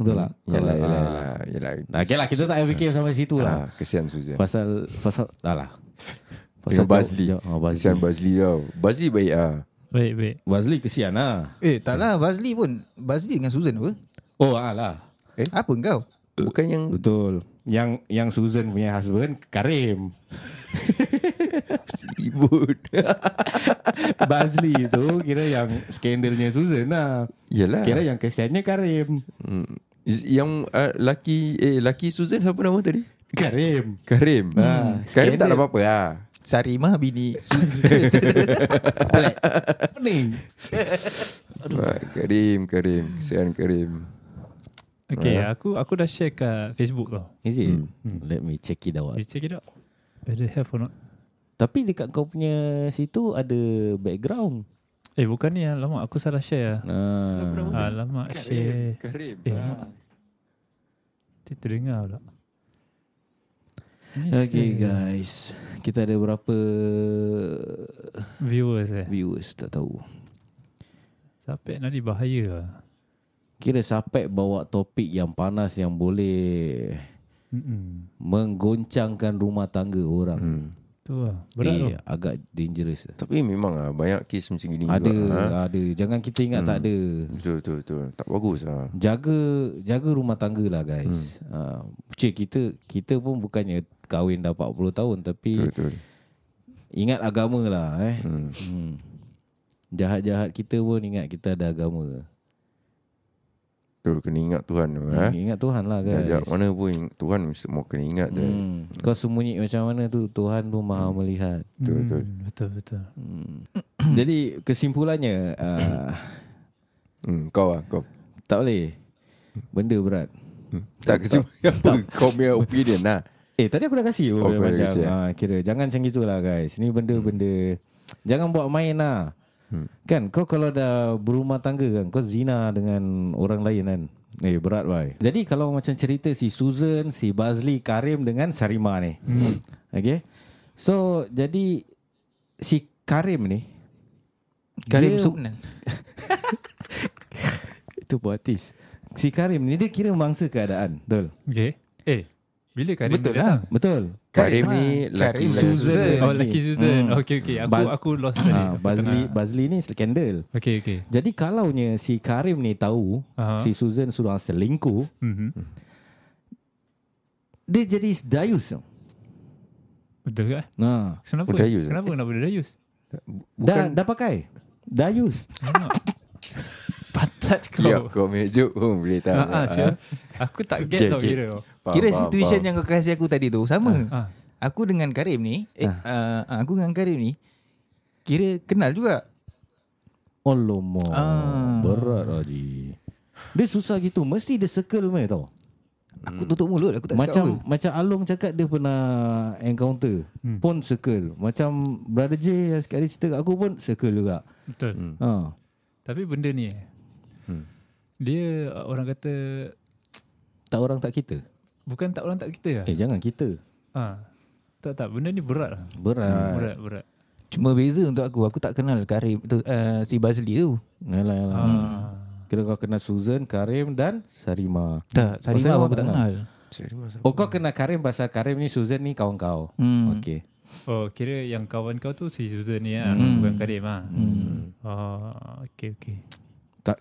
[SPEAKER 2] Betul tak?
[SPEAKER 1] Yalah,
[SPEAKER 2] Kalau-
[SPEAKER 1] yalah,
[SPEAKER 2] ah.
[SPEAKER 1] yalah, yalah.
[SPEAKER 2] Nah, okay lah kita tak payah fikir sampai situ
[SPEAKER 1] Ah,
[SPEAKER 2] lah
[SPEAKER 1] kesian Susan.
[SPEAKER 2] Pasal Pasal Tak lah
[SPEAKER 1] Pasal
[SPEAKER 2] jauh-
[SPEAKER 1] Bazli.
[SPEAKER 2] jauh- oh, Bazli
[SPEAKER 1] Kesian Bazli tau. Bazli baik ah.
[SPEAKER 3] Baik baik
[SPEAKER 2] Bazli kesian lah
[SPEAKER 4] Eh tak lah Bazli pun. Bazli dengan Susan apa?
[SPEAKER 2] Oh alah
[SPEAKER 1] Eh?
[SPEAKER 4] Apa kau?
[SPEAKER 1] Bukan yang
[SPEAKER 2] Betul Yang yang Susan punya husband Karim
[SPEAKER 1] ribut.
[SPEAKER 2] Bazli tu Kira yang skandalnya Susan lah
[SPEAKER 1] Yalah.
[SPEAKER 2] Kira yang kesiannya Karim
[SPEAKER 1] Hmm. Is- Yang uh, laki eh laki Susan siapa nama tadi?
[SPEAKER 2] Karim
[SPEAKER 1] Karim.
[SPEAKER 2] Ah,
[SPEAKER 1] Hmm. Karim tak ada apa-apa lah.
[SPEAKER 4] Sarimah bini Susan.
[SPEAKER 2] Pening
[SPEAKER 1] Ah, Karim, Karim, kesian Karim.
[SPEAKER 3] Okay
[SPEAKER 1] lah.
[SPEAKER 3] aku aku dah share kat Facebook tau
[SPEAKER 2] Is it? Hmm. Let me check it out.
[SPEAKER 3] You check it out Whether have or not
[SPEAKER 2] Tapi dekat kau punya situ ada background.
[SPEAKER 3] Eh bukan ni Alamak aku salah share
[SPEAKER 2] Ah.
[SPEAKER 3] lah Alamak share
[SPEAKER 1] Karim.
[SPEAKER 3] Eh alamak Dia terdengar pula Ini
[SPEAKER 2] Okay
[SPEAKER 3] share
[SPEAKER 2] guys, kita ada berapa
[SPEAKER 3] Viewers eh
[SPEAKER 2] viewers tak tahu.
[SPEAKER 3] Sampai nanti bahaya lah
[SPEAKER 2] Kira Sapek bawa topik yang panas yang boleh
[SPEAKER 3] Mm-mm.
[SPEAKER 2] menggoncangkan rumah tangga orang.
[SPEAKER 1] Hmm.
[SPEAKER 3] Tu lah Berat tu
[SPEAKER 2] Eh, agak dangerous.
[SPEAKER 1] Tapi memang lah banyak kes macam gini
[SPEAKER 2] Ada, ha? Hmm.
[SPEAKER 1] juga. ah.
[SPEAKER 2] ada. Jangan kita ingat tak ada.
[SPEAKER 1] Betul, betul, betul. Tak bagus lah.
[SPEAKER 2] Jaga jaga rumah tangga lah guys. Hmm. Uh, cik kita kita pun bukannya kahwin dah 40 tahun
[SPEAKER 1] Betul,
[SPEAKER 2] tapi
[SPEAKER 1] betul.
[SPEAKER 2] Ingat agama lah eh. Hmm. hmm. Jahat-jahat kita pun ingat kita ada agama.
[SPEAKER 1] Betul kena ingat Tuhan tu eh.
[SPEAKER 2] Eh? Ingat Tuhan lah guys.
[SPEAKER 1] Jajak mana pun ing- Tuhan mesti mau kena ingat je.
[SPEAKER 2] Hmm. Kau sembunyi macam mana tu Tuhan tu maha melihat.
[SPEAKER 1] Betul betul.
[SPEAKER 3] Hmm, betul betul.
[SPEAKER 2] Jadi kesimpulannya uh,
[SPEAKER 1] Hmm, kau lah kau.
[SPEAKER 2] tak boleh. Benda berat.
[SPEAKER 1] Hmm. Tak kecil apa kau punya opinion lah.
[SPEAKER 2] Eh tadi aku dah kasih
[SPEAKER 1] Oh,
[SPEAKER 2] oh,
[SPEAKER 1] kau dah
[SPEAKER 2] panjang.
[SPEAKER 1] kasi, eh? Hmm.
[SPEAKER 2] Ha, kira jangan macam gitulah guys. Ni benda-benda jangan buat main lah. Hmm. Kan kau kalau dah berumah tangga kan kau zina dengan orang lain kan. Eh berat bhai. Jadi kalau macam cerita si Susan, si Bazli, Karim dengan Sarima ni. Hmm. Okay. So jadi si Karim ni
[SPEAKER 4] Karim
[SPEAKER 2] dia-
[SPEAKER 4] Suknan
[SPEAKER 2] Itu poetis. Si Karim ni dia kira mangsa keadaan. Betul.
[SPEAKER 3] Okay. Eh, bila Karim
[SPEAKER 4] Betul
[SPEAKER 3] tu datang?
[SPEAKER 2] Betul.
[SPEAKER 1] Karim ni lelaki
[SPEAKER 4] Karim
[SPEAKER 1] lelaki
[SPEAKER 2] Susan.
[SPEAKER 1] Susan.
[SPEAKER 3] Oh,
[SPEAKER 2] Lelaki.
[SPEAKER 3] Lucky Susan.
[SPEAKER 2] Hmm.
[SPEAKER 3] Okay, okay. Aku
[SPEAKER 2] Baz-
[SPEAKER 3] aku lost
[SPEAKER 2] Ha,
[SPEAKER 3] tadi.
[SPEAKER 2] Bazli Bazli ni skandal.
[SPEAKER 3] Okay, okay.
[SPEAKER 2] Jadi kalaunya si Karim ni tahu
[SPEAKER 3] Aha.
[SPEAKER 2] uh-huh. si Susan sudah selingkuh,
[SPEAKER 3] Mhm.
[SPEAKER 2] dia jadi dayus. Ha. tau.
[SPEAKER 3] Betul ke?
[SPEAKER 2] Nah,
[SPEAKER 3] Kenapa?
[SPEAKER 1] Oh, Dayus, eh?
[SPEAKER 3] Kenapa kenapa dia Dayus?
[SPEAKER 2] dah dah pakai. Dayus.
[SPEAKER 3] Pantat kau.
[SPEAKER 1] Ya kau punya joke pun boleh tahu.
[SPEAKER 3] Ha, ha, siap. Aku tak get
[SPEAKER 1] Okay,
[SPEAKER 3] tau
[SPEAKER 1] okay.
[SPEAKER 3] kira. tau.
[SPEAKER 1] Faham,
[SPEAKER 4] Kira
[SPEAKER 1] faham,
[SPEAKER 4] situation
[SPEAKER 1] faham.
[SPEAKER 4] yang kau kasih aku tadi tu Sama
[SPEAKER 3] Ah.
[SPEAKER 4] Aku dengan Karim ni eh,
[SPEAKER 1] Ah.
[SPEAKER 4] uh, Aku dengan Karim ni Kira kenal juga
[SPEAKER 2] Alamak.
[SPEAKER 4] Ah.
[SPEAKER 2] Berat Haji. Dia susah gitu. Mesti dia circle meh tau.
[SPEAKER 4] Aku
[SPEAKER 1] Hmm.
[SPEAKER 4] tutup mulut Aku tak
[SPEAKER 2] macam
[SPEAKER 4] cakap apa
[SPEAKER 2] macam Along cakap dia pernah encounter hmm. pun circle. Macam Brother J yang sekali cerita kat aku pun circle juga.
[SPEAKER 3] Betul.
[SPEAKER 2] Ha.
[SPEAKER 3] Tapi benda ni eh. Dia uh, orang kata
[SPEAKER 2] Tak orang tak kita.
[SPEAKER 3] bukan tak orang tak kita lah.
[SPEAKER 2] Eh jangan kita.
[SPEAKER 3] Ha. Tak tak benda ni berat lah.
[SPEAKER 2] Berat.
[SPEAKER 3] Berat berat.
[SPEAKER 4] Cuma beza untuk aku Aku tak kenal Karim tu, uh, Si Bazli tu
[SPEAKER 2] Yalah yalah.
[SPEAKER 3] Ha.
[SPEAKER 2] Kira kau kenal Susan, Karim dan Sarima.
[SPEAKER 4] Tak
[SPEAKER 2] Pasal
[SPEAKER 4] Sarima pun
[SPEAKER 2] awak
[SPEAKER 4] aku tak
[SPEAKER 2] tak
[SPEAKER 4] kenal
[SPEAKER 1] Sorry, masa-
[SPEAKER 2] Oh kau kenal Karim pasal Karim ni Susan ni kawan kau.
[SPEAKER 4] Hmm.
[SPEAKER 2] Okay.
[SPEAKER 3] Oh kira yang kawan kau tu si Susan ni lah. Bukan Karim lah. Hmm. Oh, okay okay.
[SPEAKER 2] Tak.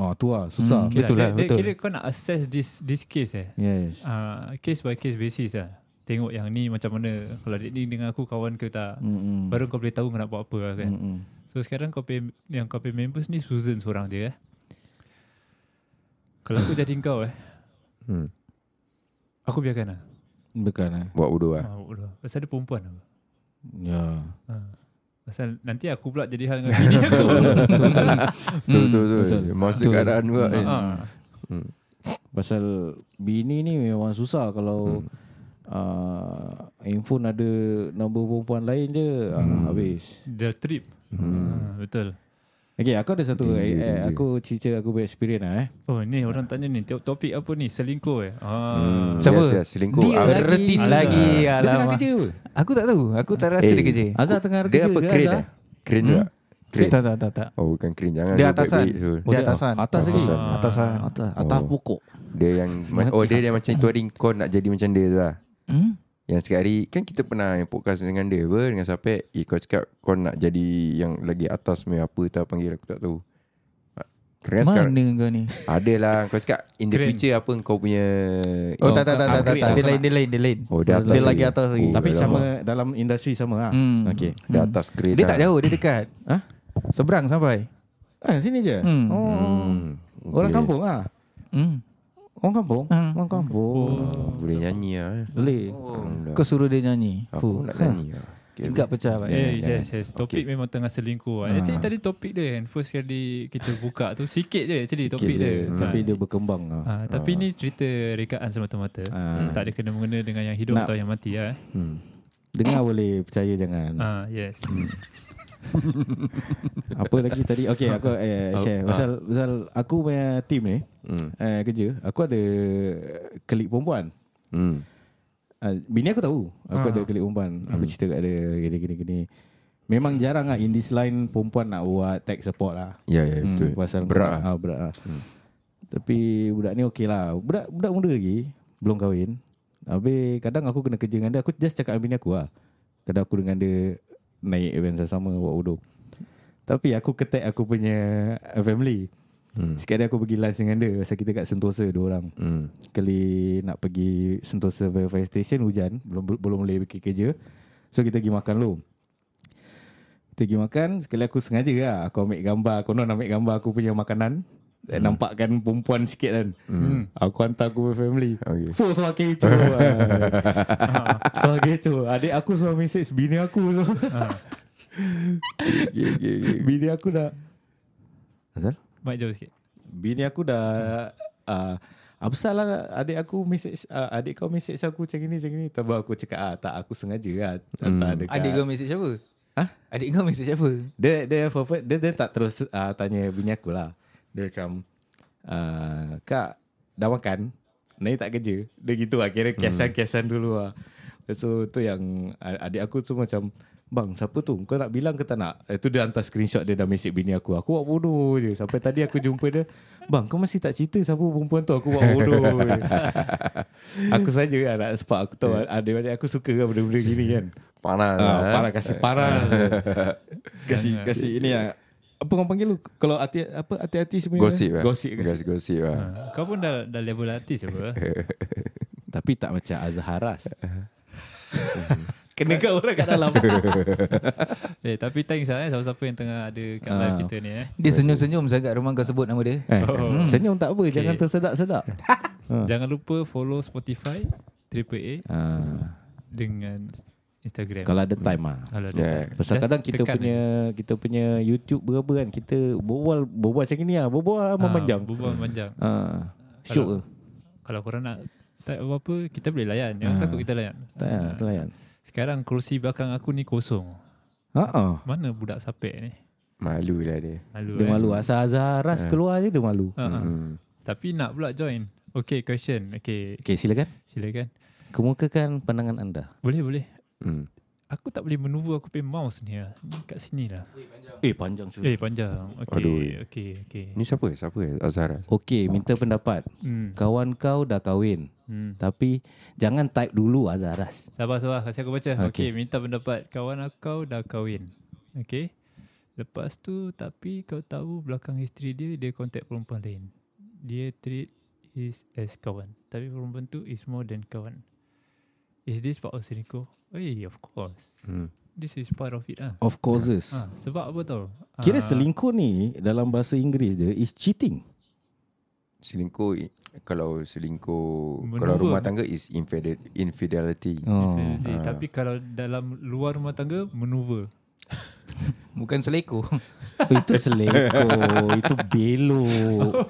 [SPEAKER 2] Oh tu lah susah.
[SPEAKER 4] Hmm. Betul
[SPEAKER 3] dia-
[SPEAKER 4] lah,
[SPEAKER 3] dia-
[SPEAKER 4] betul.
[SPEAKER 3] Kira kau nak assess this this case eh.
[SPEAKER 2] Yes.
[SPEAKER 3] Uh, case by case basis lah. Tengok yang ni macam mana. Kalau dia ni dengan aku kawan ke tak.
[SPEAKER 2] Mm-mm.
[SPEAKER 3] Baru kau boleh tahu kau nak buat apa lah kan.
[SPEAKER 2] Mm-mm.
[SPEAKER 3] So sekarang kau pay, yang kau pay members ni Susan seorang je eh. Kalau aku jadi kau eh.
[SPEAKER 1] Hmm.
[SPEAKER 3] Aku biarkan lah.
[SPEAKER 2] Bukan eh.
[SPEAKER 1] Buat bodoh lah.
[SPEAKER 3] Ah, bodoh. Pasal dia perempuan apa.
[SPEAKER 2] Ya.
[SPEAKER 3] Pasal nanti aku pula jadi hal dengan bini aku.
[SPEAKER 1] Betul betul betul. Masa keadaan kan. Hmm, juga ni.
[SPEAKER 3] Ah.
[SPEAKER 2] Pasal bini ni memang susah kalau hmm. uh, handphone ada nombor perempuan lain je hmm. uh, habis.
[SPEAKER 3] The trip.
[SPEAKER 2] Hmm.
[SPEAKER 3] Ah, betul.
[SPEAKER 2] Okay aku ada satu
[SPEAKER 1] Danger,
[SPEAKER 2] eh, eh,
[SPEAKER 1] danger.
[SPEAKER 2] aku cerita aku punya experience lah eh.
[SPEAKER 3] Oh ni orang tanya ni Tengok topik apa ni Selingkuh eh
[SPEAKER 2] Hmm.
[SPEAKER 3] ah.
[SPEAKER 4] Siapa?
[SPEAKER 1] Yes, yes, selingkuh.
[SPEAKER 2] Dia
[SPEAKER 1] Ah,
[SPEAKER 2] lagi.
[SPEAKER 4] Retis
[SPEAKER 2] Alamak.
[SPEAKER 4] lagi
[SPEAKER 2] Dia tengah
[SPEAKER 4] Alamak
[SPEAKER 2] kerja apa?
[SPEAKER 4] Aku tak tahu Aku tak rasa
[SPEAKER 1] Eh.
[SPEAKER 4] dia kerja
[SPEAKER 2] Azhar tengah
[SPEAKER 1] Dia
[SPEAKER 2] kerja
[SPEAKER 1] apa
[SPEAKER 2] ke,
[SPEAKER 1] crane
[SPEAKER 2] Azhar?
[SPEAKER 1] eh? Crane juga. Crane.
[SPEAKER 4] Tak tak tak tak
[SPEAKER 1] Oh bukan crane jangan.
[SPEAKER 4] Dia
[SPEAKER 1] kau
[SPEAKER 4] atasan
[SPEAKER 1] baik-baik tu.
[SPEAKER 2] Oh,
[SPEAKER 4] Dia
[SPEAKER 2] dia
[SPEAKER 4] atasan
[SPEAKER 2] atas lagi?
[SPEAKER 4] Atasan
[SPEAKER 2] Atas, atas
[SPEAKER 1] Oh.
[SPEAKER 2] pokok.
[SPEAKER 1] Dia yang oh dia yang macam itu hari kau nak jadi macam dia tu lah.
[SPEAKER 4] Hmm?
[SPEAKER 1] Yang sekali hari Kan kita pernah yang podcast dengan dia apa Dengan sampai eh, Kau cakap kau nak jadi Yang lagi atas punya apa tak panggil aku tak tahu Ah, Keren sekarang
[SPEAKER 4] Mana kau ni
[SPEAKER 1] Ada lah Kau cakap in the
[SPEAKER 3] Keren.
[SPEAKER 1] future apa kau punya
[SPEAKER 4] Oh, tak tak tak tak, tak,
[SPEAKER 2] upgrade
[SPEAKER 4] tak.
[SPEAKER 2] lah.
[SPEAKER 4] Dia lain dia lain dia lain.
[SPEAKER 1] Oh, dia atas
[SPEAKER 4] dia
[SPEAKER 1] lagi.
[SPEAKER 4] lagi atas lagi.
[SPEAKER 1] Oh,
[SPEAKER 2] Tapi
[SPEAKER 1] alamak.
[SPEAKER 2] sama dalam industri sama lah.
[SPEAKER 4] Hmm.
[SPEAKER 2] Okay.
[SPEAKER 1] Di atas kereta
[SPEAKER 4] dia tak jauh, dia dekat.
[SPEAKER 2] Hah?
[SPEAKER 4] Seberang sampai.
[SPEAKER 2] Ah, sini je.
[SPEAKER 4] Hmm.
[SPEAKER 2] Oh. Orang kampung ah.
[SPEAKER 4] Hmm.
[SPEAKER 2] Orang kampung?
[SPEAKER 4] Hmm.
[SPEAKER 2] Orang kampung.
[SPEAKER 1] Boleh nyanyi lah eh.
[SPEAKER 2] Boleh.
[SPEAKER 4] Oh, Kau suruh dia nyanyi.
[SPEAKER 1] Aku nak nyanyi lah Okay,
[SPEAKER 4] Enggak pecah
[SPEAKER 2] Ya,
[SPEAKER 4] pak.
[SPEAKER 3] Eh,
[SPEAKER 1] jangan.
[SPEAKER 3] yes, yes.
[SPEAKER 1] Okay.
[SPEAKER 3] Topik memang tengah
[SPEAKER 2] Hmm.
[SPEAKER 3] selingkuh. Ha. Actually tadi topik dia kan. First kali kita buka tu sikit je actually topik
[SPEAKER 2] Sikit
[SPEAKER 3] dia.
[SPEAKER 2] je, Tapi dia berkembang lah.
[SPEAKER 3] Ha, tapi ni cerita rekaan semata-mata.
[SPEAKER 2] Ah.
[SPEAKER 3] Tak ada kena mengena dengan yang hidup
[SPEAKER 2] Nak- Hmm.
[SPEAKER 3] atau yang mati lah. Eh.
[SPEAKER 2] Dengar boleh, percaya jangan.
[SPEAKER 3] Ah, yes.
[SPEAKER 2] Hmm. Apa lagi tadi? Okay, aku eh, share. Pasal, pasal aku punya team ni,
[SPEAKER 1] Hmm.
[SPEAKER 2] eh, kerja, aku ada kelik perempuan.
[SPEAKER 1] hmm.
[SPEAKER 2] Ah, bini aku tahu Aku ada kelik perempuan Aku cerita kat dia Gini gini gini Memang jarang lah In this line Perempuan nak buat Tech support lah
[SPEAKER 1] Ya ya betul
[SPEAKER 2] Hmm, pasal
[SPEAKER 1] Berat lah
[SPEAKER 2] ah, berat lah. Tapi budak ni okey lah. Budak budak muda lagi, belum kahwin. Habis kadang aku kena kerja dengan dia, aku just cakap dengan bini aku lah. Kadang aku dengan dia naik event sama buat bodoh. Tapi aku ketek aku punya uh, family. Hmm. Sekali aku pergi lunch dengan dia Pasal kita kat Sentosa Dua orang
[SPEAKER 1] hmm.
[SPEAKER 2] Sekali nak pergi Sentosa Fire Station Hujan Belum belum boleh pergi kerja So kita pergi makan dulu Kita pergi makan Sekali aku sengaja lah Aku ambil gambar Konon ambil gambar aku punya makanan hmm. Nampakkan perempuan sikit kan hmm. Aku hantar aku punya family
[SPEAKER 1] Okay.
[SPEAKER 2] Fuh suara kecoh ah. Suara kecoh Adik aku suruh message Bini aku suruh
[SPEAKER 1] Okay, okay, okay.
[SPEAKER 2] Bini aku dah Azal?
[SPEAKER 3] Mic jauh sikit
[SPEAKER 2] Bini aku dah uh, Apa lah adik aku message uh, Adik kau message aku macam ni macam ni Tapi aku cakap ah, Tak aku sengaja lah Hantar dekat
[SPEAKER 4] Adik kau message apa?
[SPEAKER 2] Hah?
[SPEAKER 4] Adik kau message apa?
[SPEAKER 2] Dia dia forward dia, dia tak terus uh, tanya bini aku lah. Dia macam uh, kak dah makan? Nanti tak kerja. Dia gitu lah. Kira kiasan-kiasan dulu lah. So tu yang a- adik aku tu macam Bang siapa tu Kau nak bilang ke tak nak Eh tu dia hantar screenshot Dia dah mesej bini aku Aku buat bodoh je Sampai tadi aku jumpa dia Bang kau masih tak cerita Siapa perempuan tu Aku buat bodoh je Aku saja lah nak sepak Aku tahu adik-adik aku suka kan Benda-benda gini kan
[SPEAKER 1] Panas
[SPEAKER 2] Ah,
[SPEAKER 1] lah, eh.
[SPEAKER 2] parah kasih parah. kasih kasih ini ya. Apa orang panggil lu kalau hati apa hati-hati semua
[SPEAKER 1] Gosip lah
[SPEAKER 2] Gosip kasih.
[SPEAKER 1] Gosip lah
[SPEAKER 3] ha. Kau pun dah, dah level artis apa
[SPEAKER 2] Tapi tak macam Azharas. Kena kau orang kat dalam.
[SPEAKER 3] eh, Tapi thanks lah eh Siapa-siapa yang tengah ada Kat live
[SPEAKER 2] Ah.
[SPEAKER 3] kita ni eh
[SPEAKER 4] Dia senyum-senyum sangat rumah kau sebut nama dia.
[SPEAKER 2] eh, Senyum tak apa, okay. jangan tersedak-sedak. Hmm.
[SPEAKER 3] Jangan lupa follow Spotify Triple A
[SPEAKER 2] Ah,
[SPEAKER 3] Dengan Instagram
[SPEAKER 2] kalau ada time ah.
[SPEAKER 3] Kalau ada
[SPEAKER 1] Yeah.
[SPEAKER 3] time.
[SPEAKER 2] Pasal
[SPEAKER 3] Just
[SPEAKER 2] kadang kita
[SPEAKER 3] tekan
[SPEAKER 2] punya kita punya YouTube berapa kan kita berbual berbual macam ni ah, berbual ah,
[SPEAKER 3] je.
[SPEAKER 2] memanjang.
[SPEAKER 3] ha, Berbual memanjang
[SPEAKER 2] Ah, syok. ke?
[SPEAKER 3] Kalau korang nak Type apa-apa Kita boleh layan Jangan takut kita layan
[SPEAKER 2] Ah. Tak ya, layan.
[SPEAKER 3] Sekarang kerusi belakang aku ni kosong
[SPEAKER 2] Ha ah.
[SPEAKER 3] Mana budak sapek ni
[SPEAKER 1] Malu lah dia
[SPEAKER 3] Malu
[SPEAKER 2] Dia Hmm.
[SPEAKER 3] eh.
[SPEAKER 2] malu asal Azharas keluar je dia malu.
[SPEAKER 3] Ha, ha.
[SPEAKER 1] Hmm,
[SPEAKER 3] Tapi nak pula join Okay question Okay
[SPEAKER 2] Okey, silakan.
[SPEAKER 3] silakan
[SPEAKER 2] Kemukakan pandangan anda.
[SPEAKER 3] Boleh boleh
[SPEAKER 1] hmm.
[SPEAKER 3] Aku tak boleh maneuver aku punya mouse ni lah Ni Kat sini lah
[SPEAKER 2] Eh panjang sudah.
[SPEAKER 3] Eh panjang Okay
[SPEAKER 1] Aduh.
[SPEAKER 3] okay okay
[SPEAKER 1] Ni siapa? Siapa Azhar?
[SPEAKER 2] Okey, minta pendapat.
[SPEAKER 3] hmm.
[SPEAKER 2] Kawan kau dah kahwin.
[SPEAKER 3] Hmm.
[SPEAKER 2] Tapi jangan type dulu Azaras.
[SPEAKER 3] Sabar sabar Kasih aku baca
[SPEAKER 2] Okey.
[SPEAKER 3] okay. okay minta pendapat Kawan kau dah kahwin Okay Lepas tu Tapi kau tahu Belakang isteri dia Dia contact perempuan lain Dia treat Is as kawan Tapi perempuan tu Is more than kawan Is this part of Seniko? Eh of course
[SPEAKER 1] Hmm.
[SPEAKER 3] This is part of it lah
[SPEAKER 2] Of causes.
[SPEAKER 3] ha, Sebab apa tau
[SPEAKER 2] Kira
[SPEAKER 3] Ah,
[SPEAKER 2] selingkuh ni dalam bahasa Inggeris dia is cheating.
[SPEAKER 1] Selingkuh i- Kalau selingkuh
[SPEAKER 3] Menua.
[SPEAKER 1] Kalau rumah tangga Is infidel, infidelity
[SPEAKER 2] Oh.
[SPEAKER 3] Seriously, Ah, Tapi kalau dalam luar rumah tangga Maneuver
[SPEAKER 4] Bukan seleko.
[SPEAKER 2] Oh, itu selingkuh, itu belok.